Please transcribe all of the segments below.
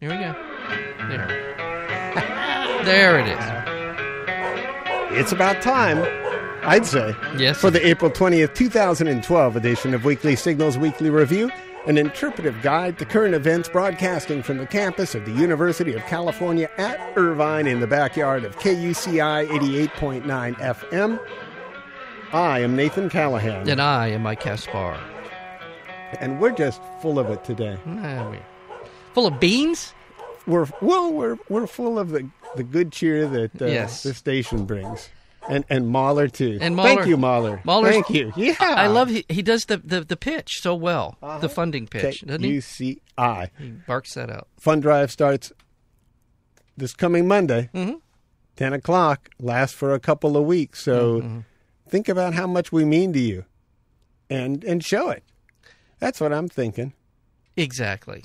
Here we go. There. there it is. It's about time, I'd say, Yes. for the April 20th, 2012 edition of Weekly Signals Weekly Review, an interpretive guide to current events broadcasting from the campus of the University of California at Irvine in the backyard of KUCI 88.9 FM. I am Nathan Callahan, And I am my Caspar. and we're just full of it today. Ah, we- Full of beans? We're well, we're we're full of the, the good cheer that uh, Yes. the station brings, and and Mahler too. And Mahler- thank you, Mahler. Mahler's- thank you. Yeah, Uh-huh. I love he, he does the, the, the pitch so well. The funding pitch, doesn't he? KUCI. He barks that out. Fund drive starts this coming Monday, Mm-hmm. 10 o'clock, lasts for a couple of weeks. Mm-hmm, So think about how much we mean to you and, and show it. That's what I'm thinking. Exactly.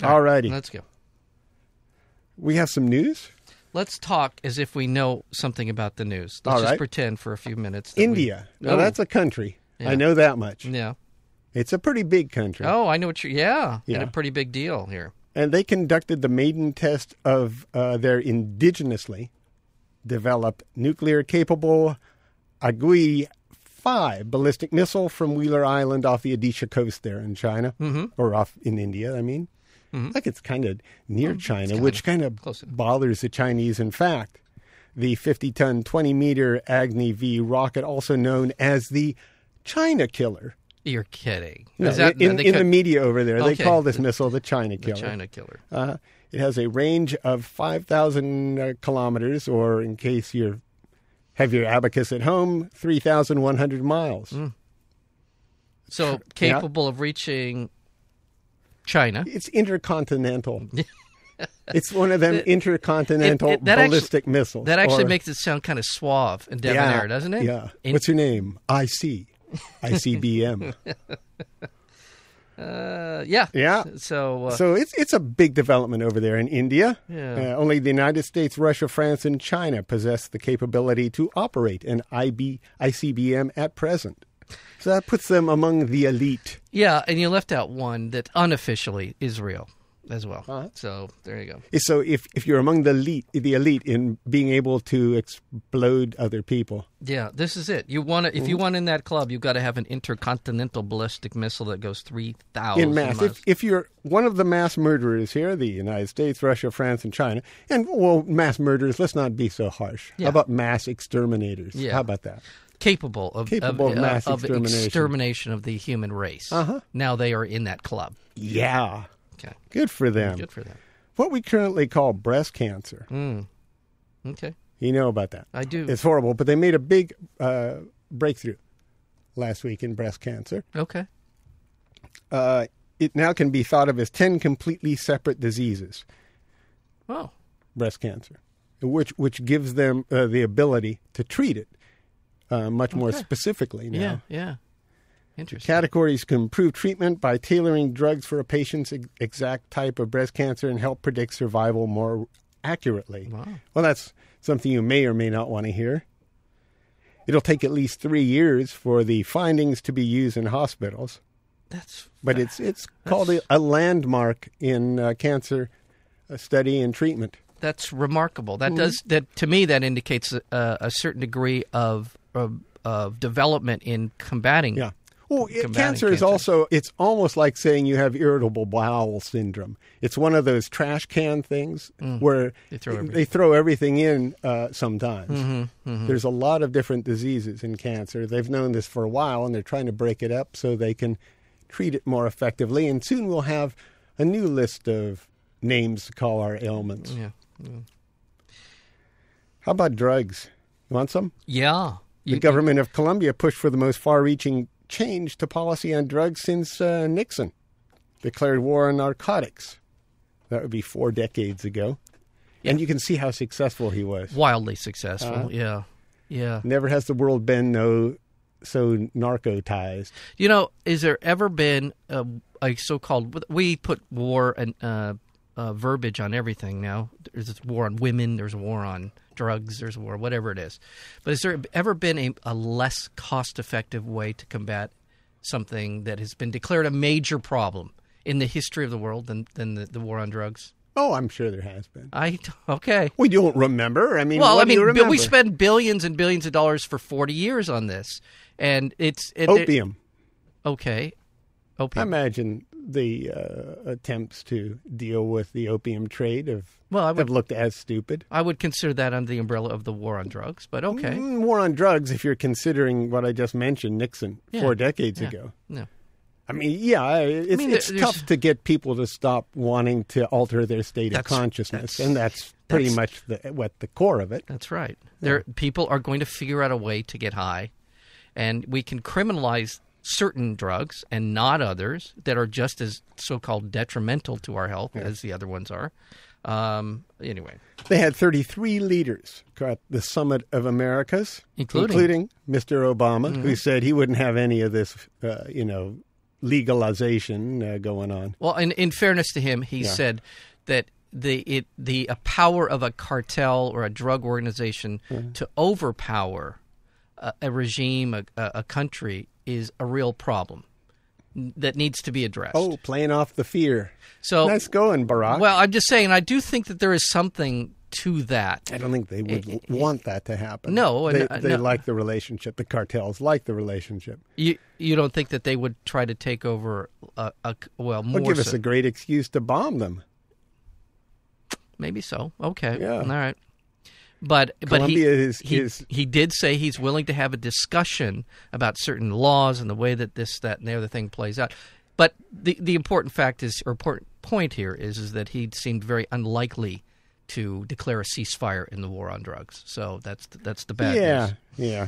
All righty. Let's go. We have some news. Let's talk as if we know something about the news. Let's All just right. pretend for a few minutes. that we- India. Now, Oh, that's a country. Yeah. Mm. I know that much. yeah. It's a pretty big country. Oh, I know what you're. Yeah, Yeah. and a pretty big deal here. And they conducted the maiden test of uh, their indigenously developed nuclear capable Agui 5 ballistic missile from Wheeler Island off the Odisha coast there in China, Mm-hmm. or off in India, I mean. Like it's kind of near China, which kind of Mm, close enough. bothers the Chinese. In fact, the 50 ton, 20 meter Agni V rocket, also known as the China Killer. You're kidding. No, Is that- in, they in the cut media over there, Okay. they call this missile the China the Killer. China killer? Uh, it has a range of 5,000 uh, kilometers, or in case you have your abacus at home, 3,100 miles. Hmm. So capable of reaching China. It's intercontinental. it's one of them intercontinental it- it- that actu- ballistic missiles. That actually or- makes it sound kind of suave and debonair, doesn't it? Yeah. In- What's your name? IC. ICBM. uh, yeah. Yeah. So, uh, so it's it's a big development over there in India. Yeah. Uh, only the United States, Russia, France, and China possess the capability to operate an IB, ICBM at present. So that puts them among the elite. yeah, and you left out one that unofficially is real as well. Uh-huh. So there you go. Eh, So if, if you're among the elite, the elite in being able to explode other people, Yeah, this is it. You want to, if you Mm-hmm. want in that club, you've got to have an intercontinental ballistic missile that goes three thousand in mass. miles. If, if you're one of the mass murderers here, the United States, Russia, France, and China, and well, mass murderers, let's not be so harsh. Yeah. How about mass exterminators? Yeah. How about that? capable of Capable of, of mass of extermination. extermination of the human race. Uh-huh. Now they are in that club. Yeah. Okay, Good for them. good for them. What we currently call breast cancer. Okay, You know about that. I do. It's horrible, but they made a big uh, breakthrough last week in breast cancer. okay, Uh, it now can be thought of as 10 completely separate diseases, oh, breast cancer, which, which gives them uh, the ability to treat it uh, much more specifically now. yeah, yeah, interesting. Categories can improve treatment by tailoring drugs for a patient's ex- exact type of breast cancer and help predict survival more accurately. Wow. Well, that's something you may or may not want to hear. It'll take at least three years for the findings to be used in hospitals, That's but it's it's called a, a landmark in uh, cancer uh, study and treatment. that's remarkable. That does that to me. That indicates a, a certain degree of, of of development in combating. Yeah. Well, it- Combating cancer is cancer. also, it's almost like saying you have irritable bowel syndrome. It's one of those trash can things Mm. where They throw it- everything. Mm-hmm, throw everything in uh, sometimes. There's a lot of different diseases in cancer. They've known this for a while and they're trying to break it up so they can treat it more effectively. And soon we'll have a new list of names to call our ailments. yeah, How about drugs? You want some? yeah. The You, government of Colombia pushed for the most far reaching change to policy on drugs since uh, Nixon declared war on narcotics. That would be four decades ago. And you can see how successful he was. wildly successful. yeah, yeah. Never has the world been no, so narcotized. You know, is there ever been a, a so-called? We put war and uh, uh, verbiage on everything now. There's this war on women. There's a war on drugs. There's a war, whatever it is. But has there ever been a, a less cost-effective way to combat something that has been declared a major problem in the history of the world than than the, the war on drugs? Oh, I'm sure there has been. I okay. We don't remember. I mean, Well, what I do you mean, remember? bi- we spend billions and billions of dollars for forty years on this, and it's it, it- opium. okay, I opium. imagine the uh, attempts to deal with the opium trade have Well, I have would looked as stupid. I would consider that under the umbrella of the war on drugs, but okay. Mm, War on drugs. If you're considering what I just mentioned, Nixon Yeah. four decades Yeah. ago. No. I mean, yeah, I- it's, mean, it's there- tough there's- to get people to stop wanting to alter their state of That's- consciousness, that's- and that's pretty that's- much the, what the core of it. That's right. There, people are going to figure out a way to get high, and we can criminalize certain drugs and not others that are just as so-called detrimental to our health as the other ones are. Um, anyway, They had 33 leaders at the summit of Americas, Including- Mm-hmm. Mr. Obama, who said he wouldn't have any of this, uh, you know, legalization uh, going on. well, in, in fairness to him, he said that the it the uh, power of a cartel or a drug organization to overpower a, a regime, a, a a country, is a real problem that needs to be addressed. Oh, playing off the fear. so nice going, Barack. Well, I'm just saying, I do think that there is something to that. I don't think they would l want that to happen. Eh, No, they, no, they no. like the relationship. The cartels like the relationship. You you don't think that they would try to take over a, a well more Well, give us so- a great excuse to bomb them. maybe so okay Yeah. all right but but he, Colombia is- he is- he did say he's willing to have a discussion about certain laws and the way that this that and the other thing plays out but the the important fact is or important point here is is that he seemed very unlikely to declare a ceasefire in the war on drugs so that's that's the bad yeah, news yeah.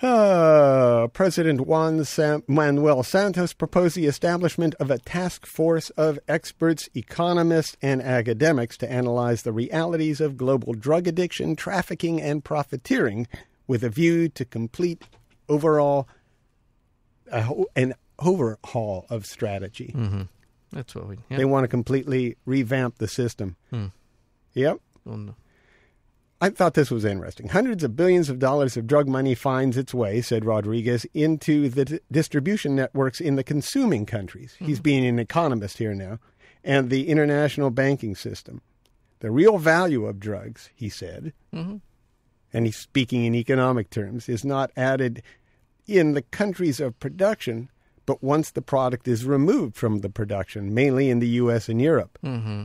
Uh, President Juan Sam- Manuel Santos proposed the establishment of a task force of experts, economists, and academics to analyze the realities of global drug addiction, trafficking, and profiteering with a view to complete overall a ho- an overhaul of strategy. that's what we yeah. They want to completely revamp the system. Yep. Well, no. I thought this was interesting. Hundreds of billions of dollars of drug money finds its way, said Rodriguez, into the d- distribution networks in the consuming countries. He's being an economist here now, and the international banking system. The real value of drugs, he said, Mm-hmm. and he's speaking in economic terms, is not added in the countries of production, but once the product is removed from the production, mainly in the U.S. and Europe. Mm-hmm.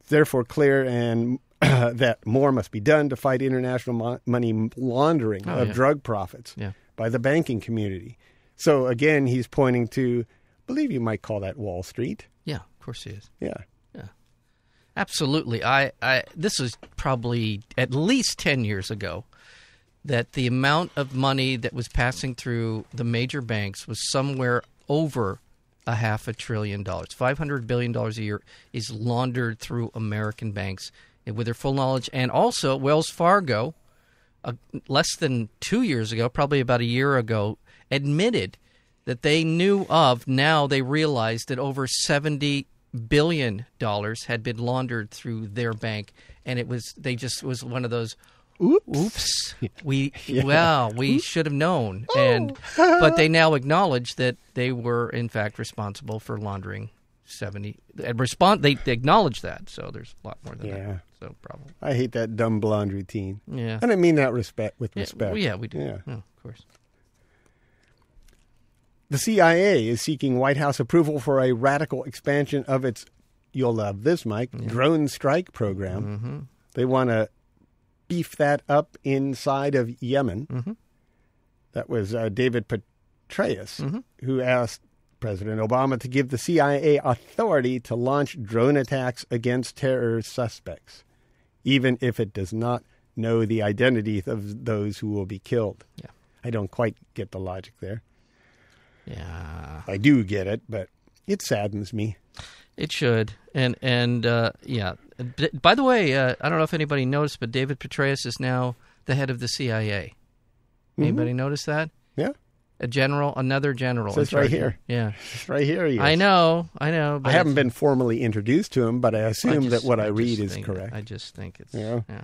It's therefore clear and that more must be done to fight international mo- money laundering Oh, of yeah. drug profits Yeah. by the banking community. So again, he's pointing to, I believe you might call that Wall Street. Yeah, of course he is. Yeah. Absolutely. I, I this was probably at least ten years ago that the amount of money that was passing through the major banks was somewhere over a half a trillion dollars. Five hundred billion dollars a year is laundered through American banks and with their full knowledge and also Wells Fargo uh, less than two years ago, probably about a year ago, admitted that they knew of. Now they realized that over seventy billion dollars had been laundered through their bank, and it was they just was one of those. Oops. We well, we should have known, Oh. and but they now acknowledge that they were in fact responsible for laundering seventy. And respond, they, they acknowledge that. So there's a lot more than Yeah. that. So problem. I hate that dumb blonde routine. Yeah. And I mean that respect with Yeah, respect. well, yeah, we do. Yeah. Yeah, of course. The CIA is seeking White House approval for a radical expansion of its, you'll love this, Mike, drone strike program. They want to beef that up inside of Yemen. That was uh, David Petraeus who asked President Obama to give the CIA authority to launch drone attacks against terror suspects, even if it does not know the identity of those who will be killed. Yeah. I don't quite get the logic there. Yeah, I do get it, but it saddens me. it should. And and uh, yeah. B- By the way, uh, I don't know if anybody noticed, but David Petraeus is now the head of the CIA. Anybody notice that? Mm-hmm. Yeah, A general, another general. Says in charge. right here. Yeah, it's right here. He is. I know, I know. But I haven't it's- been formally introduced to him, but I just- assume that what I, read just is think- correct. I just think it's Yeah. yeah.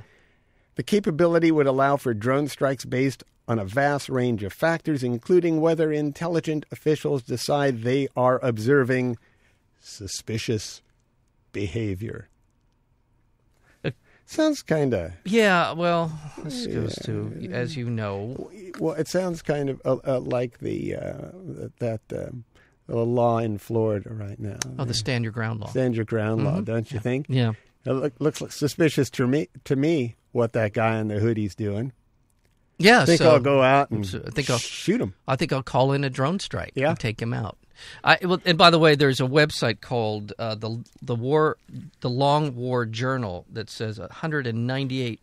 The capability would allow for drone strikes based on a vast range of factors, including whether intelligent officials decide they are observing suspicious behavior. Uh, Sounds kind of Yeah, well, this goes to as you know. well. It sounds kind of uh, uh, like the uh, that um, the law in Florida right now. Oh, the stand your ground law. stand your ground law, don't you think? Mm-hmm. Yeah, It look, looks like suspicious to me. To me, what that guy in the hoodie's doing. yeah. I think so I'll go out and so I think I'll- shoot him. I think I'll call in a drone strike Yeah. and take him out. I, well, and by the way, there's a website called uh, the the war the Long War Journal that says 198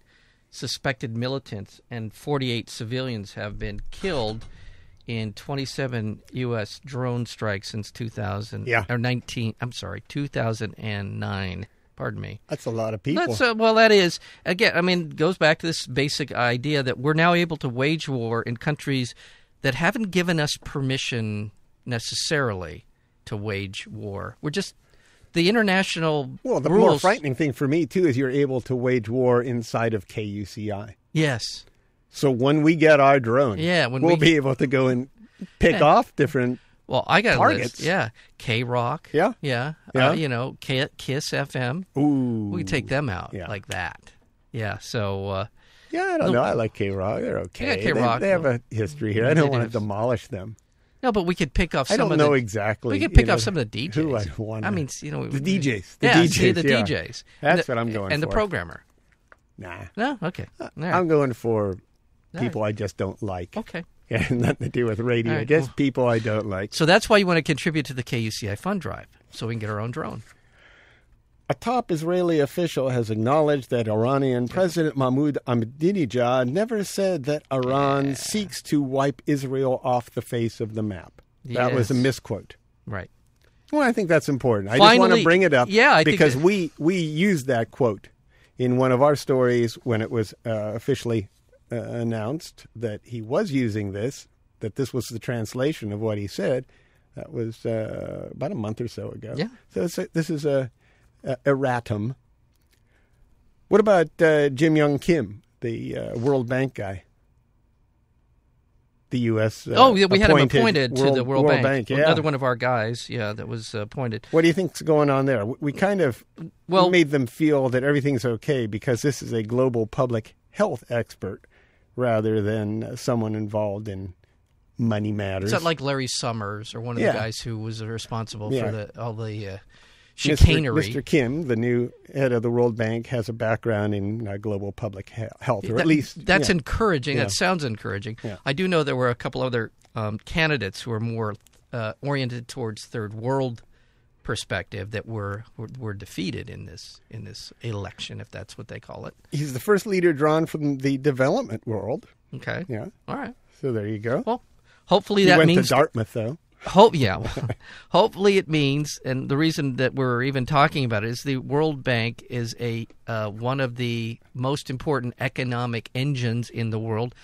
suspected militants and 48 civilians have been killed in 27 U.S. drone strikes since 2000 Yeah. or 19. I'm sorry, 2009. Pardon me. That's a lot of people. That's uh, well, that is again. I mean, goes back to this basic idea that we're now able to wage war in countries that haven't given us permission necessarily to wage war. We're just the international well, the rules. more frightening thing for me too is you're able to wage war inside of KUCI. Yes, So when we get our drone, Yeah, when we'll we- be able to go and pick Yeah. off different. Well, I got a list. Targets. Yeah, K Rock. Yeah. yeah, Yeah. Uh, you know, K- Kiss FM. Ooh, We can take them out Yeah. like that. Yeah. So uh, yeah, I don't know. I like K Rock. They're okay. Yeah, They- K-Rock, They, have a history here. I they don't do want to have- demolish them. no, but we could pick off. I some don't of know the, exactly. We could you pick know, off some of the DJs. Who I'd want. I mean, you know, The DJs, the yeah, see, DJs, the yeah. DJs. That's And the- what I'm going And for. the programmer. nah. No, okay, All right. I'm going for All people I just don't like. okay. Yeah, nothing to do with radio. All right, just well- people I don't like. So that's why you want to contribute to the KUCI fund drive, so we can get our own drone. A top Israeli official has acknowledged that Iranian President Mahmoud Ahmadinejad never said that Iran seeks to wipe Israel off the face of the map. That was a Yes. misquote. Right. Well, I think that's important. I just want to Finally- bring it up yeah, I think because that- we, we used that quote in one of our stories when it was uh, officially uh, announced that he was using this, that this was the translation of what he said. That was uh, about a month or so ago. Yeah. So it's a, this is a, a erratum. What about uh, Jim Young Kim, the uh, World Bank guy? The U.S. Uh, oh, yeah, we had him appointed to World- the World, Bank. yeah. Another one of our guys, yeah, that was uh, appointed. What do you think's going on there? We- We kind of Well- made them feel that everything's okay because this is a global public health expert rather than uh, someone involved in money matters. Is that like Larry Summers or one of Yeah. the guys who was responsible Yeah. for the, all the uh, Mr. chicanery? Mr. Kim, the new head of the World Bank, has a background in uh, global public he- health, or at That- least that's yeah. encouraging. That sounds encouraging. Yeah. I do know there were a couple other um, candidates who are more uh, oriented towards third world perspective that were, were were defeated in this in this election, if that's what they call it. He's the first leader drawn from the development world. Okay. Yeah, All right. so there you go. Well, hopefully he that went means to Dartmouth, though. Hope yeah. well, Hopefully it means, and the reason that we're even talking about it is the World Bank is a uh, one of the most important economic engines in the world.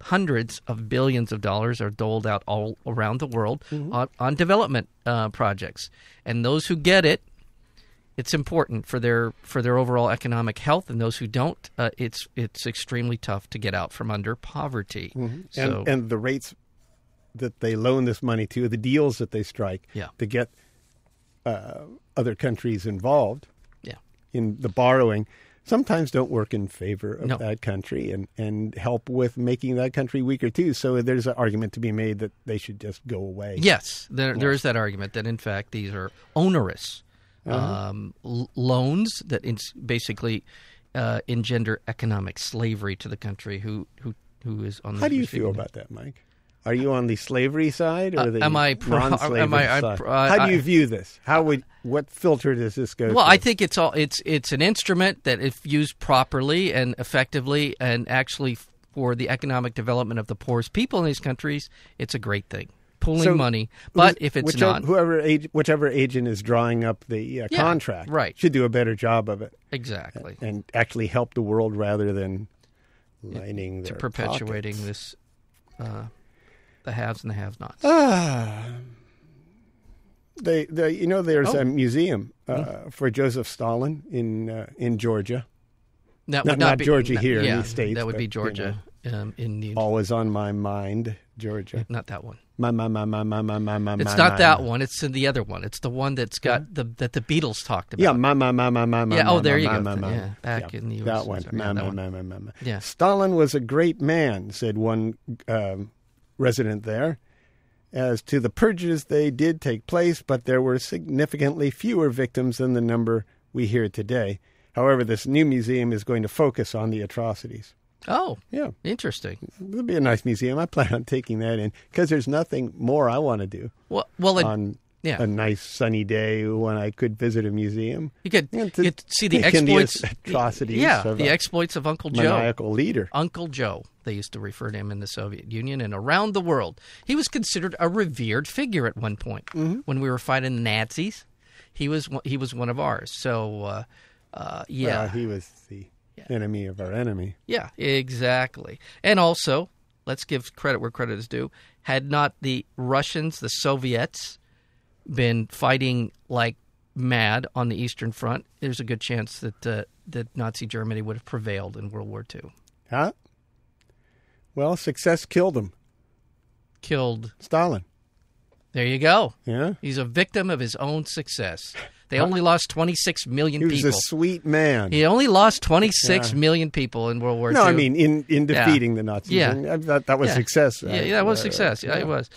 Hundreds of billions of dollars are doled out all around the world Mm-hmm. on, on development uh, projects, and those who get it, it's important for their for their overall economic health. And those who don't, uh, it's it's extremely tough to get out from under poverty. Mm-hmm. and So and the rates that they loan this money to, the deals that they strike Yeah. to get uh, other countries involved yeah, in the borrowing, sometimes don't work in favor of No. that country and, and help with making that country weaker too. So there's an argument to be made that they should just go away. Yes, there, there is that argument that in fact these are onerous Uh-huh. um, l- loans that in- basically uh, engender economic slavery to the country who who who is on. The How do you receiving feel end. about that, Mike? Are you on the slavery side or Uh, the am I pro- non-slavery am I- I side? pro- I- How do you I- view this? How would what filter does this go? Well, through? I think it's all it's it's an instrument that if used properly and effectively and actually for the economic development of the poorest people in these countries, it's a great thing. Pooling So, money, but Who's- if it's whichever, not, whoever ag- whichever agent is drawing up the uh, Yeah, contract, right. should do a better job of it exactly. and actually help the world rather than lining their perpetuating pockets. this uh, the haves and the have-nots. Ah. They, they, you know, there's Oh. Mm-hmm. a museum uh, for Joseph Stalin in uh, in Georgia. That Not- would not Georgia here in yeah, the States, That would but, be you Georgia. um, in the Always on my mind, Georgia. not that one. My my my my my my my my. Mm. It's my, not my. that one. It's in the other one. It's the one that's got the that the Beatles talked about. Yeah, my my my my my my. Yeah, oh, my, there my, you my, go. My, my. Yeah, back in the US. That one. Sorry, My yeah, that my one. my my my. my. Yeah. Stalin was a great man, said one um, resident there. As to the purges, they did take place, but there were significantly fewer victims than the number we hear today. However, this new museum is going to focus on the atrocities. Oh, Yeah, interesting. it'll be a nice museum. I plan on taking that in because there's nothing more I want to do Well, well, it, on yeah. a nice sunny day when I could visit a museum. you could Yeah, you to- could see the it can be exploits, atrocities Yeah, of the a exploits of Uncle Joe. Maniacal leader. Uncle Joe, they used to refer to him in the Soviet Union and around the world. He was considered a revered figure at one point Mm-hmm. when we were fighting the Nazis. He was one- he was one of ours. So, uh, uh, yeah, Well, he was the enemy of our enemy. yeah, exactly. And also, let's give credit where credit is due. Had not the Russians, the Soviets, been fighting like mad on the Eastern Front, there's a good chance that uh, that Nazi Germany would have prevailed in World War II. Huh? Well, success killed him. Killed. Stalin. There you go. Yeah. He's a victim of his own success. They only lost 26 million He was people. a sweet man. He only lost 26 Yeah. million people in World War no, II. I mean in in Yeah. defeating the Nazis. Yeah. And I- that that was Yeah. success. Uh, yeah, yeah, that was success. Yeah, it was.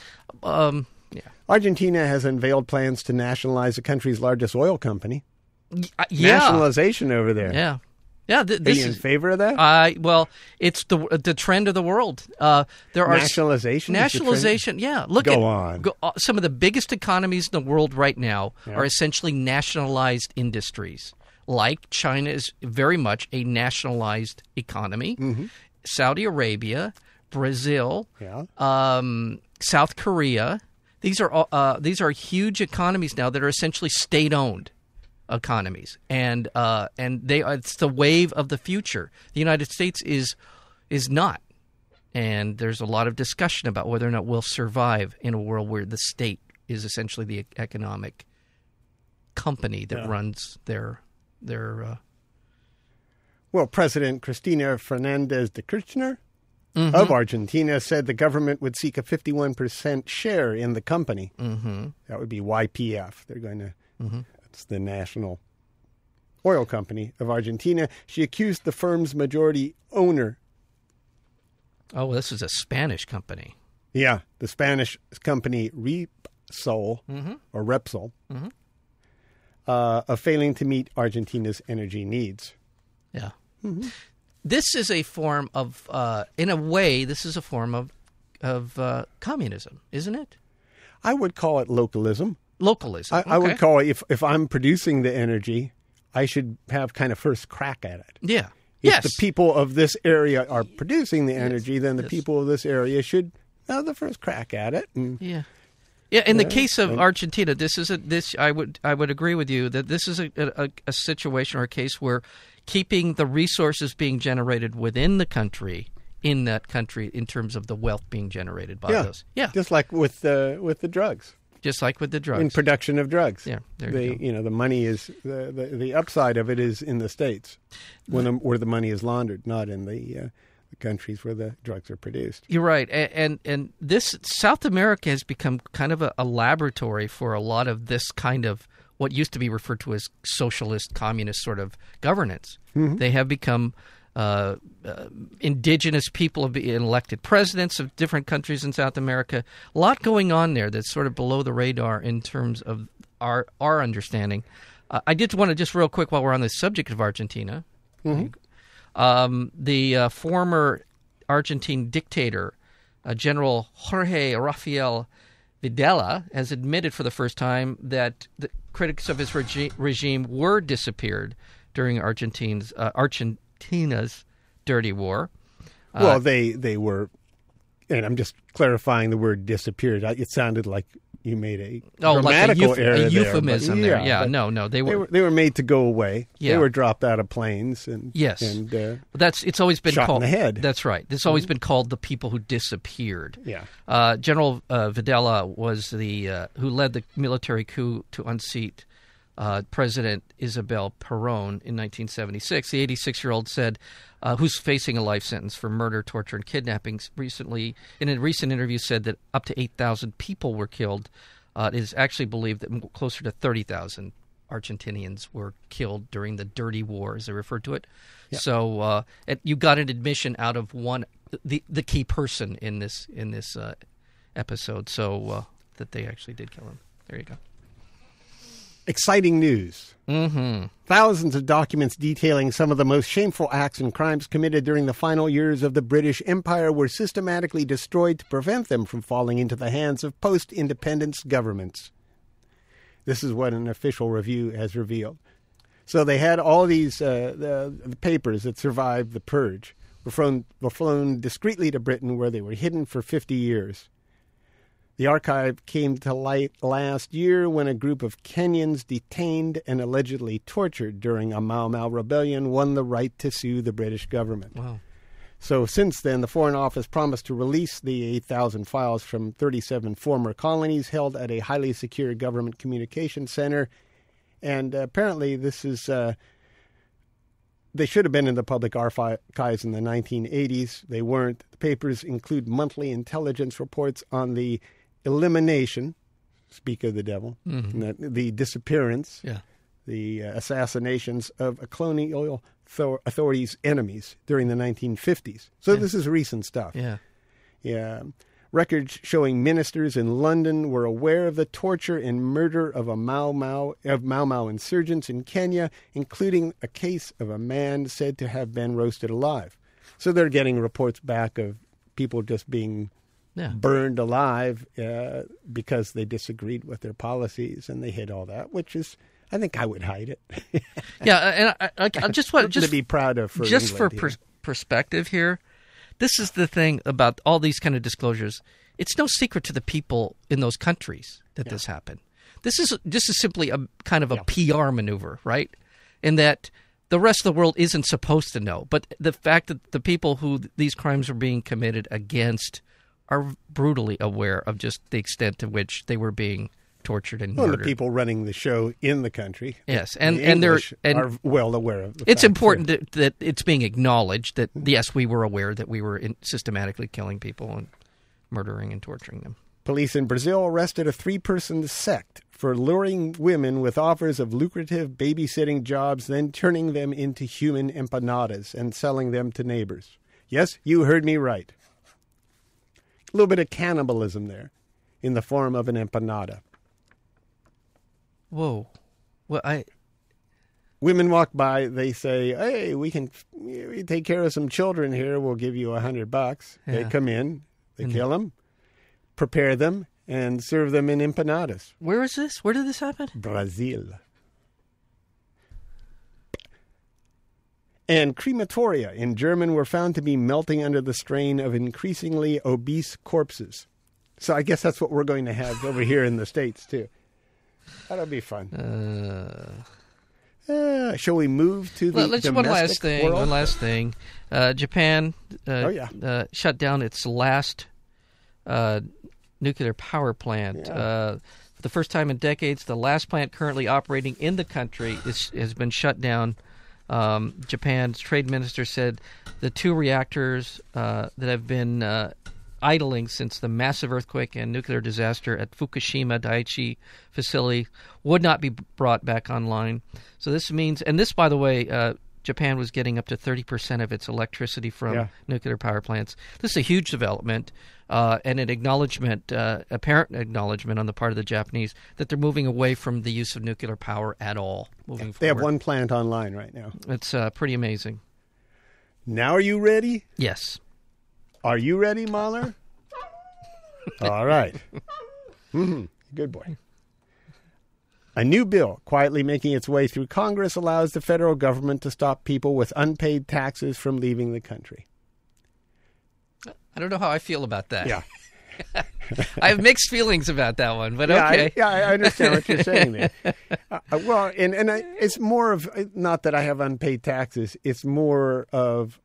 Um, yeah. Argentina has unveiled plans to nationalize the country's largest oil company. Y- uh, Yeah. Nationalization over there. Yeah. Yeah, th- Are this you in is Uh, favor of that? I well, it's the the trend of the world. Uh, there are s- nationalization. is the trend? nationalization. Yeah, look Go at on. uh, some of the biggest economies in the world right now Yeah. are essentially nationalized industries. Like China is very much a nationalized economy. Saudi Arabia, Brazil, Mm-hmm. Yeah. um, South Korea. These are all, uh, these are huge economies now that are essentially state owned economies, and uh, and they are, it's the wave of the future. The United States is is not, and there's a lot of discussion about whether or not we'll survive in a world where the state is essentially the e-, economic company that runs their their. Uh, Well, President Cristina Fernandez de Kirchner of Argentina said the government would seek a 51% share in the company. Mm-hmm. That would be YPF. They're going to, that's the national oil company of Argentina. She accused the firm's majority owner, oh, this is a Spanish company. yeah, the Spanish company Repsol or Repsol, uh, of failing to meet Argentina's energy needs. Yeah. Mm-hmm. This is a form of, uh, in a way, this is a form of of uh, communism, isn't it? I would call it localism. Localism. I, I would okay. call it if if I'm producing the energy, I should have kind of first crack at it. Yeah. If yes. the people of this area are producing the energy, then the Yes. people of this area should have the first crack at it. And yeah. Yeah. In the case of Argentina, this is a this. I would I would agree with you that this is a, a a situation or a case where keeping the resources being generated within the country in that country in terms of the wealth being generated by yeah, those. Yeah. Just, just like with the with the drugs like with the in drugs. production of drugs. Yeah, there you the go. you know the money is the, the the upside of it is in the states when the, where the money is laundered, not in the uh, the countries where the drugs are produced. You're right, and and, and this South America has become kind of a, a laboratory for a lot of this kind of what used to be referred to as socialist, communist sort of governance. They have become uh, uh, indigenous people have been elected presidents of different countries in South America. A lot going on there that's sort of below the radar in terms of our our understanding. Uh, I did want to just real quick while we're on the subject of Argentina. Um, the uh, former Argentine dictator, uh, General Jorge Rafael Videla, has admitted for the first time that the critics of his regi- regime were disappeared during Argentine's uh, Argentina's dirty war. Uh, well, they they were, and I'm just clarifying the word disappeared. I- It sounded like you made a Oh, like a, grammatical euph- a error, there, but- euphemism there. Yeah, but no, no, they were. They were they were made to go away. They Yeah. were dropped out of planes and Yes. and uh, that's it's always been Shot in called the head. Mm-hmm. That's right. It's always been called the people who disappeared. yeah. Uh, General uh, Videla was the uh, who led the military coup to unseat uh, President Isabel Perón in 1976. The 86 year old said, uh, who's facing a life sentence for murder, torture, and kidnappings, recently, in a recent interview, said that up to 8,000 people were killed. Uh, it is actually believed that m- closer to 30,000 Argentinians were killed during the Dirty War, as they referred to it. So uh, it, you got an admission out of one, the the key person in this in this uh, episode. So uh, that they actually did kill him. There you go. Exciting news. Mm-hmm. Thousands of documents detailing some of the most shameful acts and crimes committed during the final years of the British Empire were systematically destroyed to prevent them from falling into the hands of post independence governments. This is what an official review has revealed. So they had all these uh, the, the papers that survived the purge were flown, were flown discreetly to Britain, where they were hidden for 50 years. The archive came to light last year when a group of Kenyans detained and allegedly tortured during a Mau Mau rebellion won the right to sue the British government. Wow. So, since then, the Foreign Office promised to release the 8,000 files from 37 former colonies held at a highly secure government communication center. And uh, apparently, this is. Uh, they should have been in the public archives in the 1980s. They weren't. The papers include monthly intelligence reports on the elimination, speak of the devil, Mm-hmm. and the, the disappearance, Yeah. the uh, assassinations of a colonial thor- authorities' enemies during the 1950s. So this is recent stuff. Yeah. Yeah. Records showing ministers in London were aware of the torture and murder of a Mau Mau of Mau Mau insurgents in Kenya, including a case of a man said to have been roasted alive. So they're getting reports back of people just being Yeah. burned alive uh, because they disagreed with their policies and they hid all that, which is I think I would hide it. Yeah. And I, I, I just want Just just to be proud of for just England, for you know. pers- perspective here, this is the thing about all these kind of disclosures. It's no secret to the people in those countries that this happened. This is this is simply a kind of a PR maneuver, right? In that the rest of the world isn't supposed to know, but the fact that the people who th- these crimes are being committed against are brutally aware of just the extent to which they were being tortured and Well, the murdered. people running the show in the country. yes, and the and they're English and are well aware of. The it's fact, important that, that it's being acknowledged that yes, we were aware that we were in, systematically killing people and murdering and torturing them. too. Police in Brazil arrested a three-person sect for luring women with offers of lucrative babysitting jobs, then turning them into human empanadas and selling them to neighbors. Yes, you heard me right. A little bit of cannibalism there, in the form of an empanada. Whoa, well, I Women walk by, they say, "Hey, we can we take care of some children here. We'll give you a hundred bucks." They Yeah. come in, they kill them, prepare them, and serve them in empanadas. where is this? Where did this happen? Brazil. And crematoria in German were found to be melting under the strain of increasingly obese corpses. So I guess that's what we're going to have over here in the States, too. That'll be fun. Uh, Uh, shall we move to the let- let's one last domestic thing. world? One last thing. Uh, Japan, uh, Oh, yeah. uh, shut down its last uh, nuclear power plant. Uh, for the first time in decades, the last plant currently operating in the country is, has been shut down. Um, Japan's trade minister said the two reactors uh, that have been uh, idling since the massive earthquake and nuclear disaster at Fukushima Daiichi facility would not be brought back online. So this means, and this, by the way, uh, Japan was getting up to 30% of its electricity from Yeah. nuclear power plants. This is a huge development uh, and an acknowledgement, uh, apparent acknowledgement on the part of the Japanese that they're moving away from the use of nuclear power at all. Moving forward, They have one plant online right now. It's uh, pretty amazing. Now, are you ready? Yes. Are you ready, Mahler? All right. Mhm. Good boy. A new bill quietly making its way through Congress allows the federal government to stop people with unpaid taxes from leaving the country. I don't know how I feel about that. Yeah. I have mixed feelings about that one, but Yeah, okay. I, yeah, I understand what you're saying there. Uh, uh, well, and and I, it's more of uh, not that I have unpaid taxes. It's more of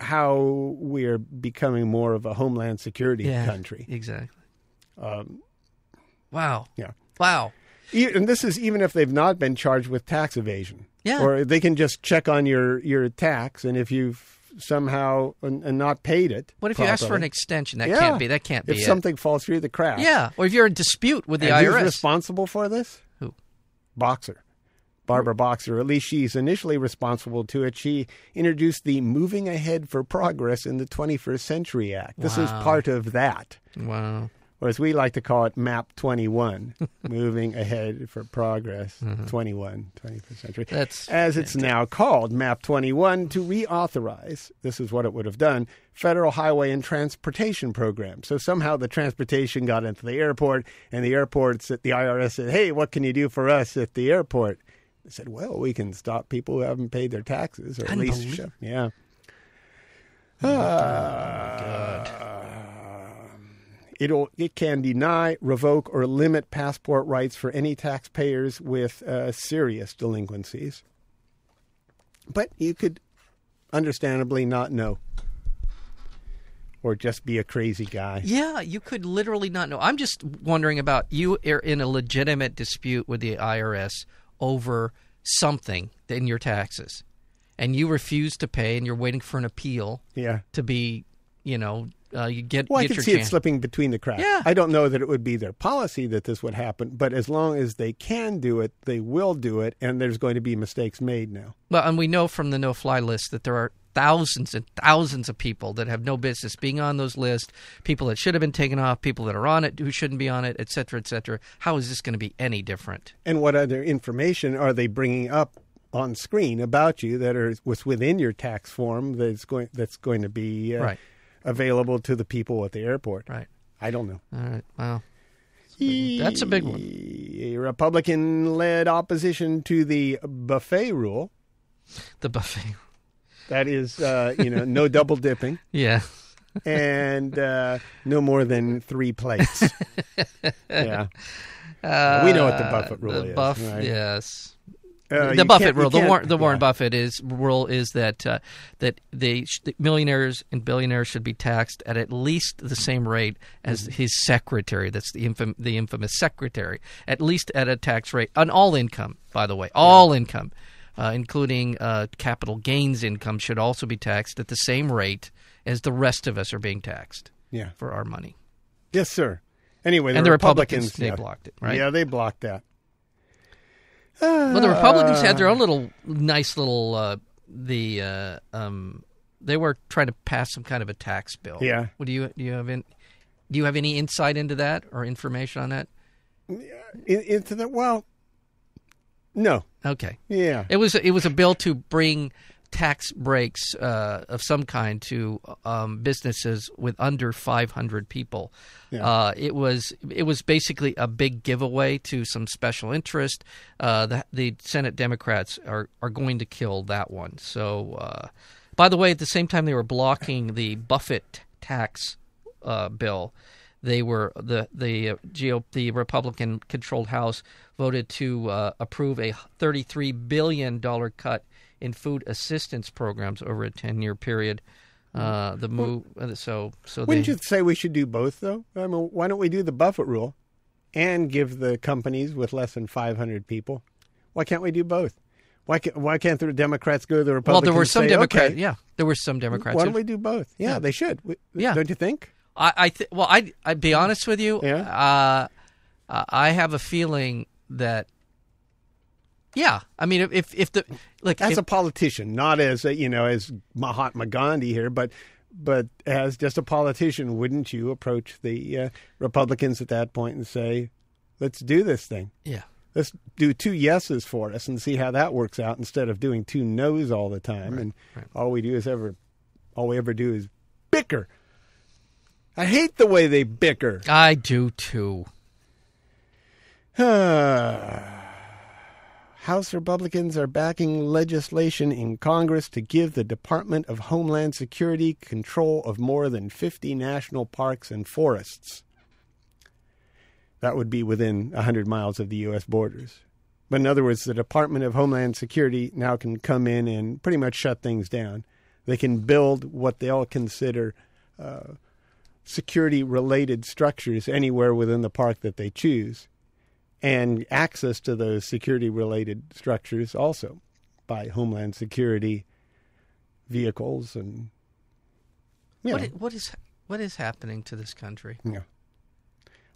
how we are becoming more of a homeland security Yeah, country. Exactly. wow. Yeah. Wow. E- And this is even if they've not been charged with tax evasion. Yeah. Or they can just check on your, your tax, and if you've somehow and, and not paid it. What if you ask for an properly- extension? That Yeah. can't be. That can't be. If it. something falls through the cracks. yeah, or if you're in dispute with the and IRS. Who's responsible for this? Who? Boxer. Barbara Boxer. At least she's initially responsible to it. She introduced the Moving Ahead for Progress in the 21st Century Act. This is Wow. part of that, Wow. or as we like to call it, MAP 21, Moving Ahead for Progress 21, 21st Century. That's as it's now called, MAP 21, to reauthorize, this is what it would have done, federal highway and transportation program. So somehow the transportation got into the airport, and the airports at the IRS said, hey, what can you do for us at the airport? They said, well, we can stop people who haven't paid their taxes, or at least, Unbelie- show- yeah. It'll, Ah. it can deny, revoke, or limit passport rights for any taxpayers with uh, serious delinquencies. But you could understandably not know or just be a crazy guy. Yeah, you could literally not know. I'm just wondering about you are in a legitimate dispute with the IRS over something in your taxes, and you refuse to pay, and you're waiting for an appeal Yeah. to be, you know, uh, you get Well, get I your could see chance. it slipping between the cracks. Yeah. I don't know that it would be their policy that this would happen, but as long as they can do it, they will do it, and there's going to be mistakes made now. Well, and we know from the no-fly list that there are thousands and thousands of people that have no business being on those lists. People that should have been taken off, people that are on it who shouldn't be on it, et cetera, et cetera. How is this going to be any different? And what other information are they bringing up on screen about you that are was within your tax form that's going that's going to be uh, Right. available to the people at the airport? Right. I don't know. All right. Wow. That's a big one. A Republican led opposition to the buffet rule. The buffet. That is, uh, you know, no double dipping Yeah. and uh, no more than three plates. yeah. we know what the Buffett rule Uh, the is, Buff, right? yes. Uh, you the Buffett can't- you rule. The can't- Warren, the Warren yeah. Buffett is rule is that uh, that they sh- that millionaires and billionaires should be taxed at at least the same rate as Mm-hmm. his secretary. That's the infam- the infamous secretary. At least at a tax rate on all income. By the way, all income, uh, including uh, capital gains income, should also be taxed at the same rate as the rest of us are being taxed Yeah. for our money. Yes, sir. Anyway, the And the Republicans, they yeah. blocked it, right? Yeah, they blocked that. Well, the Republicans had their own little nice little uh, the uh, um, they were trying to pass some kind of a tax bill. Yeah. What do you do you have in, do you have any insight into that or information on that? In- into the, well, no. Okay. Yeah. It was it was a bill to bring tax breaks uh, of some kind to um, businesses with under 500 people. Uh, it was it was basically a big giveaway to some special interest. Uh, the, the Senate Democrats are are going to kill that one. So, uh, by the way, at the same time they were blocking the Buffett tax uh, bill. They were the the uh, GOP, the Republican controlled House voted to uh, approve a 33 billion dollar cut in food assistance programs over a 10 year period. Uh, the move uh, so so Wouldn't they, you say we should do both, though? I mean, why don't we do the Buffett rule and give the companies with less than 500 people? Why can't we do both? Why, can, why can't the Democrats go to the well Republicans? there were and some say, Democrats okay, yeah there were some Democrats Why who- don't we do both? Yeah, they should. We- Yeah. Don't you think? I, I th- well, I I'd be honest with you. Yeah. Uh, I I have a feeling that. Yeah, I mean, if if, if the like As if- a politician, not as a, you know as Mahatma Gandhi here, but but as just a politician, wouldn't you approach the uh, Republicans at that point and say, "Let's do this thing"? yeah, let's do two yeses for us and see how that works out instead of doing two nos all the time and all we do is ever all we ever do is bicker i hate the way they bicker I do too. House Republicans are backing legislation in Congress to give the Department of Homeland Security control of more than 50 national parks and forests. That would be within 100 miles of the U.S. borders. But in other words, the Department of Homeland Security now can come in and pretty much shut things down. They can build what they'll consider uh, security related structures anywhere within the park that they choose and access to those security related structures also by Homeland Security vehicles and you What know, i- what is what is happening to this country? you know.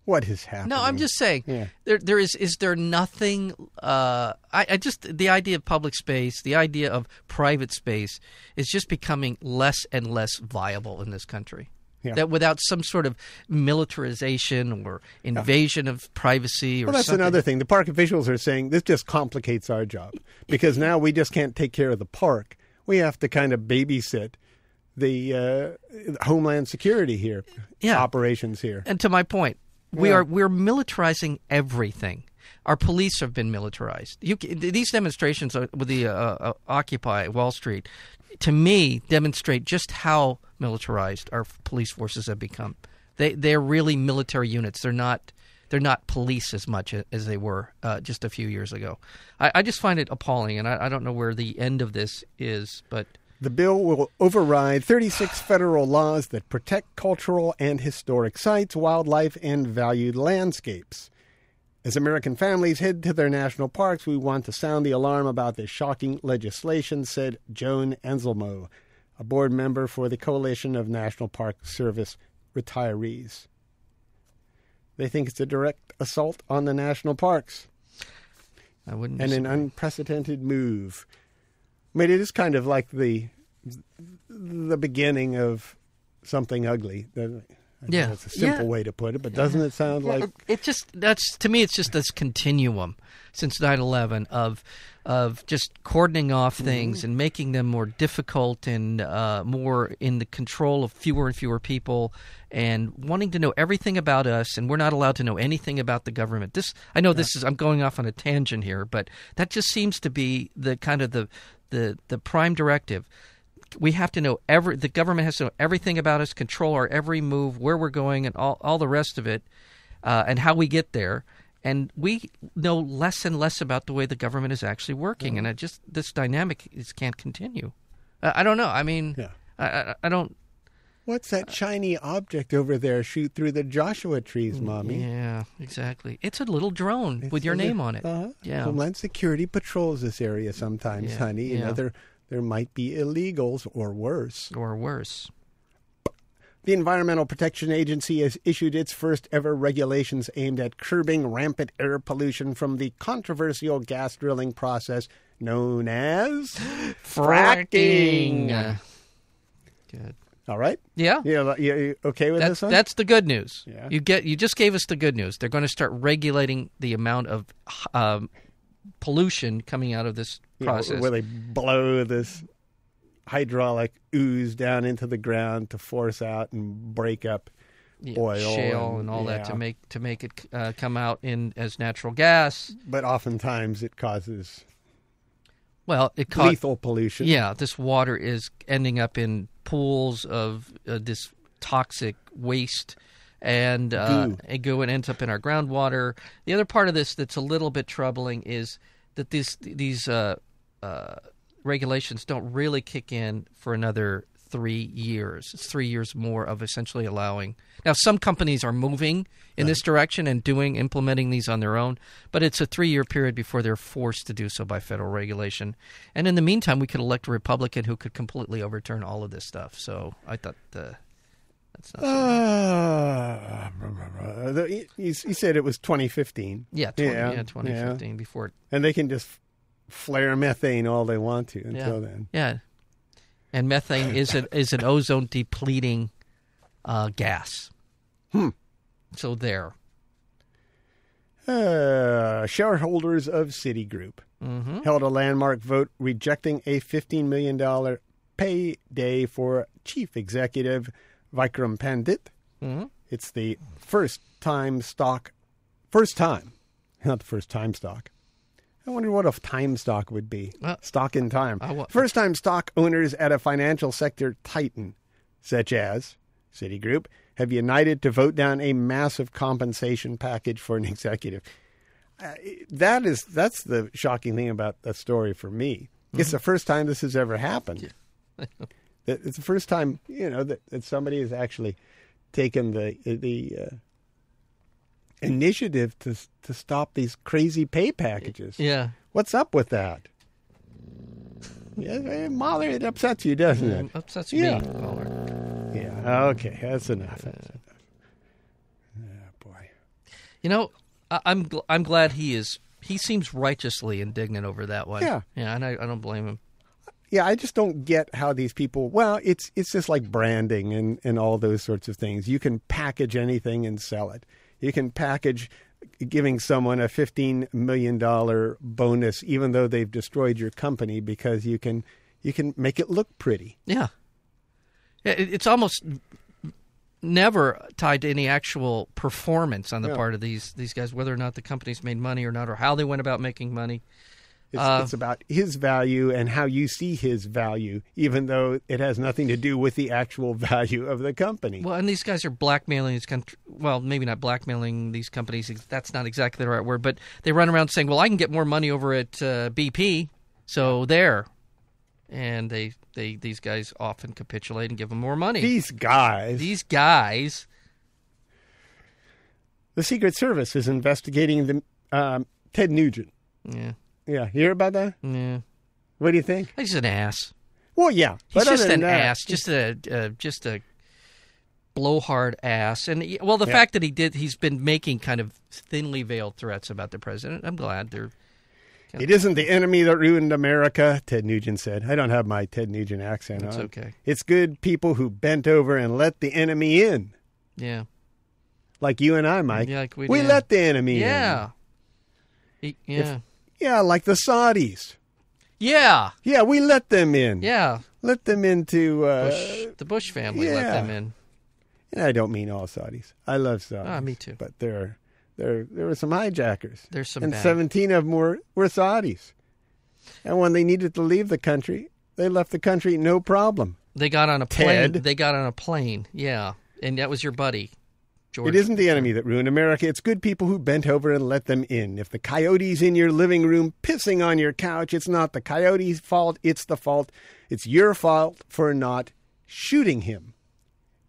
what has happened? No, I'm just saying. Yeah. There, there is is there nothing? Uh, I, I just the idea of public space, the idea of private space, is just becoming less and less viable in this country. Yeah. That without some sort of militarization or invasion of privacy or Well, that's something. another thing. The park officials are saying this just complicates our job because now we just can't take care of the park. We have to kind of babysit the uh, homeland security here, Yeah. operations here. and to my point, we Yeah. are we're militarizing everything. Our police have been militarized. You, ca- these demonstrations are- with the uh, uh, Occupy Wall Street, to me, demonstrate just how militarized our police forces have become. They they're really military units. They're not they're not police as much a- as they were uh, just a few years ago. I, I just find it appalling, and I, I don't know where the end of this is, but. The bill will override 36 federal laws that protect cultural and historic sites, wildlife, and valued landscapes. As American families head to their national parks, we want to sound the alarm about this shocking legislation, said Joan Anselmo, a board member for the Coalition of National Park Service Retirees. They think it's a direct assault on the national parks I wouldn't. and an unprecedented move. I mean, it is kind of like the the beginning of something ugly. I mean, Yeah. that's a simple Yeah. way to put it, but doesn't it sound Yeah, like it, it just that's to me it's just this continuum since 9-11 of of just cordoning off things and making them more difficult and uh, more in the control of fewer and fewer people and wanting to know everything about us and we're not allowed to know anything about the government this i know this is i'm going off on a tangent here but that just seems to be the kind of the the the prime directive we have to know every the government has to know everything about us control our every move where we're going and all, all the rest of it uh, and how we get there and we know less and less about the way the government is actually working Mm-hmm. and I just this dynamic is can't continue uh, i don't know i mean Yeah. I, I, I don't what's that shiny object over there shoot through the Joshua trees, mommy? yeah exactly it's a little drone with your Is name on it Uh-huh. yeah Homeland Security patrols this area sometimes, Yeah, honey. You know, yeah. there there might be illegals or worse. or worse The Environmental Protection Agency has issued its first ever regulations aimed at curbing rampant air pollution from the controversial gas drilling process known as fracking. good All right. yeah Yeah. li- You, you okay with That's this one? that's the good news. Yeah. You get you just gave us the good news. They're going to start regulating the amount of um, pollution coming out of this You know, process. where they blow this hydraulic ooze down into the ground to force out and break up Yeah, oil shale, and, and- all that to yeah. make to make it uh, come out in as natural gas. but oftentimes it causes Well, it caught. lethal pollution. Yeah, this water is ending up in pools of uh, this toxic waste and uh, Goo. and goo and ends up in our groundwater. The other part of this that's a little bit troubling is that these these uh, uh, regulations don't really kick in for another three years. It's three years more of essentially allowing. Now, some companies are moving in this direction and doing implementing these on their own, but it's a three year period before they're forced to do so by federal regulation. And in the meantime, we could elect a Republican who could completely overturn all of this stuff. So I thought the. That's not Ah, blah, blah, blah. The- you, you said it was 2015. Yeah, 20, Yeah, yeah, yeah. 2015 before it. And they can just flare methane all they want to until then. Yeah. And methane is an is an ozone depleting uh, gas. Hmm. So there. Uh, shareholders of Citigroup Mm-hmm. held a landmark vote rejecting a $15 million payday for chief executive Vikram Pandit. Mm-hmm. It's the first time stock, first time, not the first time stock. I wonder what a time stock would be. Uh, stock in time. I wa- first time stock owners at a financial sector titan, such as Citigroup, have united to vote down a massive compensation package for an executive that is that's the shocking thing about that story for me. It's the first time this has ever happened. That it's the first time you know that, that somebody has actually taken the the uh, initiative to to stop these crazy pay packages. Yeah. What's up with that? Yeah, eh, Mahler, it upsets you, doesn't it? Upsets Yeah. me. Mahler. Yeah. Okay, that's enough. That's enough. Oh, boy. You know, I, I'm gl- I'm glad he is. He seems righteously indignant over that one. Yeah. Yeah, and I, I don't blame him. Yeah, I just don't get how these people. Well, it's it's just like branding and and all those sorts of things. You can package anything and sell it. You can package giving someone a fifteen million dollar bonus, even though they've destroyed your company, because you can you can make it look pretty. Yeah. Yeah, it, it's almost never tied to any actual performance on the Yeah. part of these these guys, whether or not the company's made money or not, or how they went about making money. It's, Uh, it's about his value and how you see his value, even though it has nothing to do with the actual value of the company. Well, and these guys are blackmailing these country. Well, maybe not blackmailing these companies. That's not exactly the right word, but they run around saying, "Well, I can get more money over at uh, BP, so there." And they, they these guys often capitulate and give them more money. These guys. these guys, The Secret Service is investigating the um, Ted Nugent. yeah, Yeah, hear about that? yeah, What do you think? he's an ass. Well, yeah, He's but other just than an that- ass, just a uh, just a blowhard ass. And y- well, the Yeah. fact that he did, he's been making kind of thinly veiled threats about the president. I'm glad they're It isn't the enemy that ruined America, Ted Nugent said. I don't have my Ted Nugent accent That's on. okay. It's good people who bent over and let the enemy in, yeah. like you and I, Mike. Yeah, like we we did. let the enemy in. Yeah. He- yeah. Yeah, like the Saudis. yeah. Yeah, we let them in. Yeah. Let them into. Uh, Bush, the Bush family let yeah. them in. and I don't mean all Saudis. I love Saudis. Ah, me too. But there, are- there, there were some hijackers. There's some and bad. 17 of them were, were Saudis. And when they needed to leave the country, they left the country no problem. They got on a plane. Ted. They got on a plane. Yeah. And that was your buddy, George. It isn't the enemy that ruined America. It's good people who bent over and let them in. If the coyote's in your living room pissing on your couch, it's not the coyote's fault. It's the fault. It's your fault for not shooting him.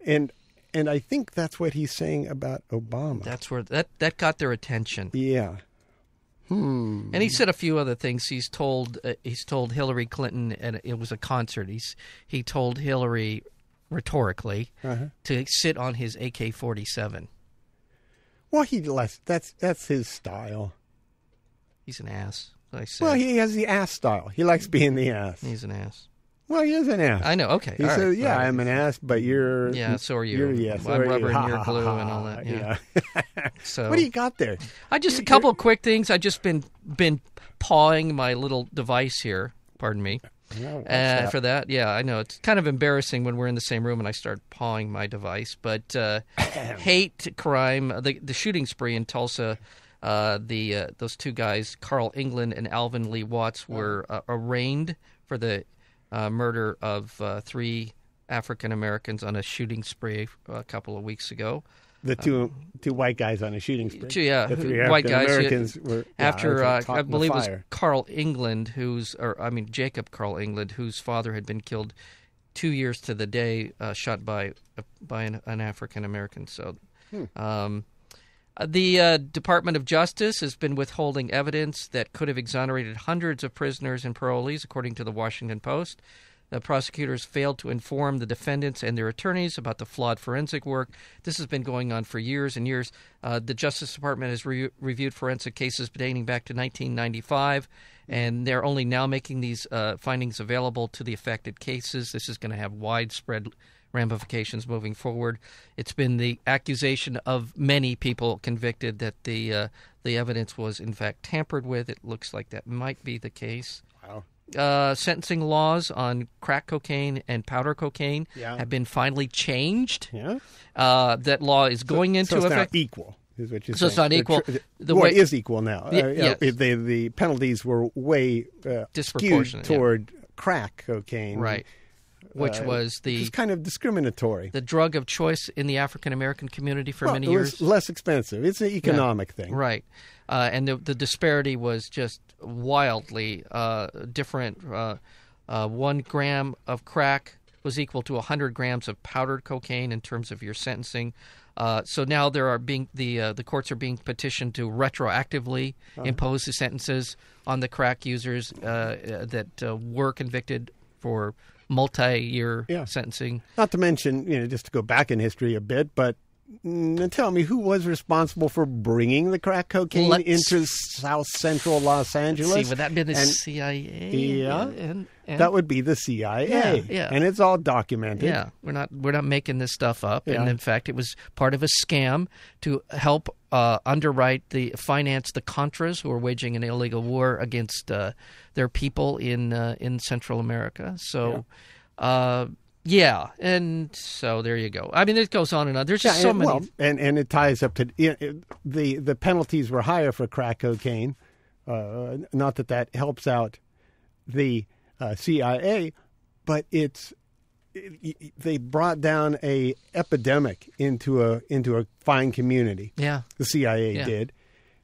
And and I think that's what he's saying about Obama. That's where that that got their attention. yeah. And he said a few other things. He's told uh, he's told Hillary Clinton, and it was a concert. He's he told Hillary rhetorically Uh-huh. to sit on his AK forty seven. Well, he less that's that's his style. He's an ass. I said Well, he has the ass style. He likes being the ass. he's an ass. Well, he is an ass. I know. Okay. He all said, right, "Yeah, all right. I'm an ass, but you're Yeah, so are you. You're, yeah, I'm so are you. rubber and Ha, you're ha, glue ha, and ha. all that, yeah. So what do you got there? I just a couple of quick things. I just been been pawing my little device here. Pardon me No, what's uh, that? for that. Yeah, I know it's kind of embarrassing when we're in the same room and I start pawing my device. But uh, hate crime, the the shooting spree in Tulsa. Uh, the uh, those two guys, Carl England and Alvin Lee Oh. Watts, were uh, arraigned for the uh, murder of uh, three African Americans on a shooting spree uh, a couple of weeks ago. the two two white guys on a shooting spree. um, Two, yeah, the who- three white African guys, yeah, Americans were yeah, after they were uh, caught I in the believe it was fire. Carl England, who's or I mean Jacob Carl England, whose father had been killed two years to the day, uh, shot by by an, an African American. So, Hmm. um, uh, the uh, Department of Justice has been withholding evidence that could have exonerated hundreds of prisoners and parolees, according to the Washington Post. The prosecutors failed to inform the defendants and their attorneys about the flawed forensic work. This has been going on for years and years. Uh, the Justice Department has re- reviewed forensic cases dating back to 1995, and they're only now making these uh, findings available to the affected cases. This is going to have widespread ramifications moving forward. It's been the accusation of many people convicted that the uh, the evidence was in fact tampered with. It looks like that might be the case. Wow. Uh, sentencing laws on crack cocaine and powder cocaine Yeah. have been finally changed. Yeah, Uh, that law is going into so it's effect. not equal. Is what you're So it's saying. not They're equal. tr- The well, way- it is equal now. Yeah, Uh, you know, yes. it- the the penalties were way uh, Disproportionate, skewed yeah. toward crack cocaine, right, which uh, was Which the is kind of discriminatory. the drug of choice in the African American community for Well, many it years. was less expensive. It's an economic thing. Right. Uh, and the, the disparity was just wildly uh, different. Uh, uh, one gram of crack was equal to 100 grams of powdered cocaine in terms of your sentencing. Uh, so now there are being the uh, the courts are being petitioned to retroactively Uh-huh. impose the sentences on the crack users uh, uh, that uh, were convicted for multi-year Yeah. sentencing. Not to mention, you know, just to go back in history a bit, but mm, tell me who was responsible for bringing the crack cocaine Let's- into South Central Los Angeles? See, would that be the And CIA? Yeah. and, and- that would be the CIA. Yeah, yeah. And it's all documented. Yeah, we're not we're not making this stuff up. Yeah. And in fact, it was part of a scam to help uh, underwrite the finance the Contras who are waging an illegal war against uh, their people in uh, in Central America. So. Yeah. Uh, yeah, and so there you go. I mean, it goes on and on. There's Yeah, just so and, many. well, and and it ties up to you know, it- the the penalties were higher for crack cocaine. Uh, not that that helps out the uh, CIA, but it's it- it- they brought down a epidemic into a into a fine community. yeah, The CIA Yeah. did,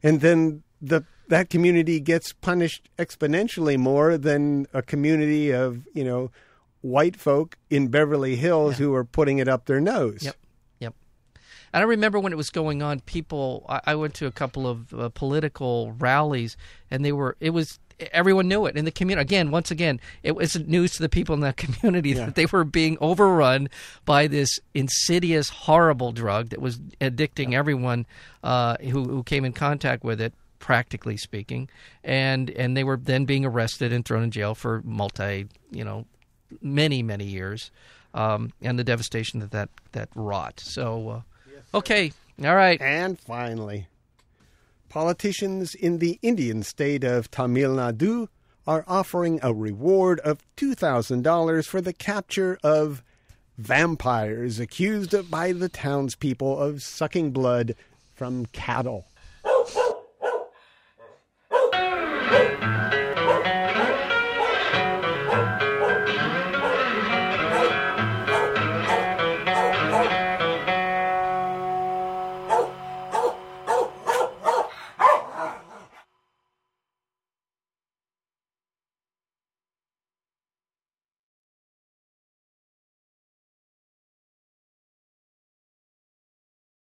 and then the that community gets punished exponentially more than a community of you know white folk in Beverly Hills who are putting it up their nose. Yep. Yep. And I remember when it was going on, people. I, I went to a couple of uh, political rallies, and they were. It was everyone knew it in the community. Again, once again, it wasn't news to the people in that community that they were being overrun by this insidious, horrible drug that was addicting everyone uh, who, who came in contact with it. Practically speaking, and and they were then being arrested and thrown in jail for multi, you know, many many years, um, and the devastation that that that wrought. So, uh, okay, all right, And finally, politicians in the Indian state of Tamil Nadu are offering a reward of $2,000 for the capture of vampires accused by the townspeople of sucking blood from cattle.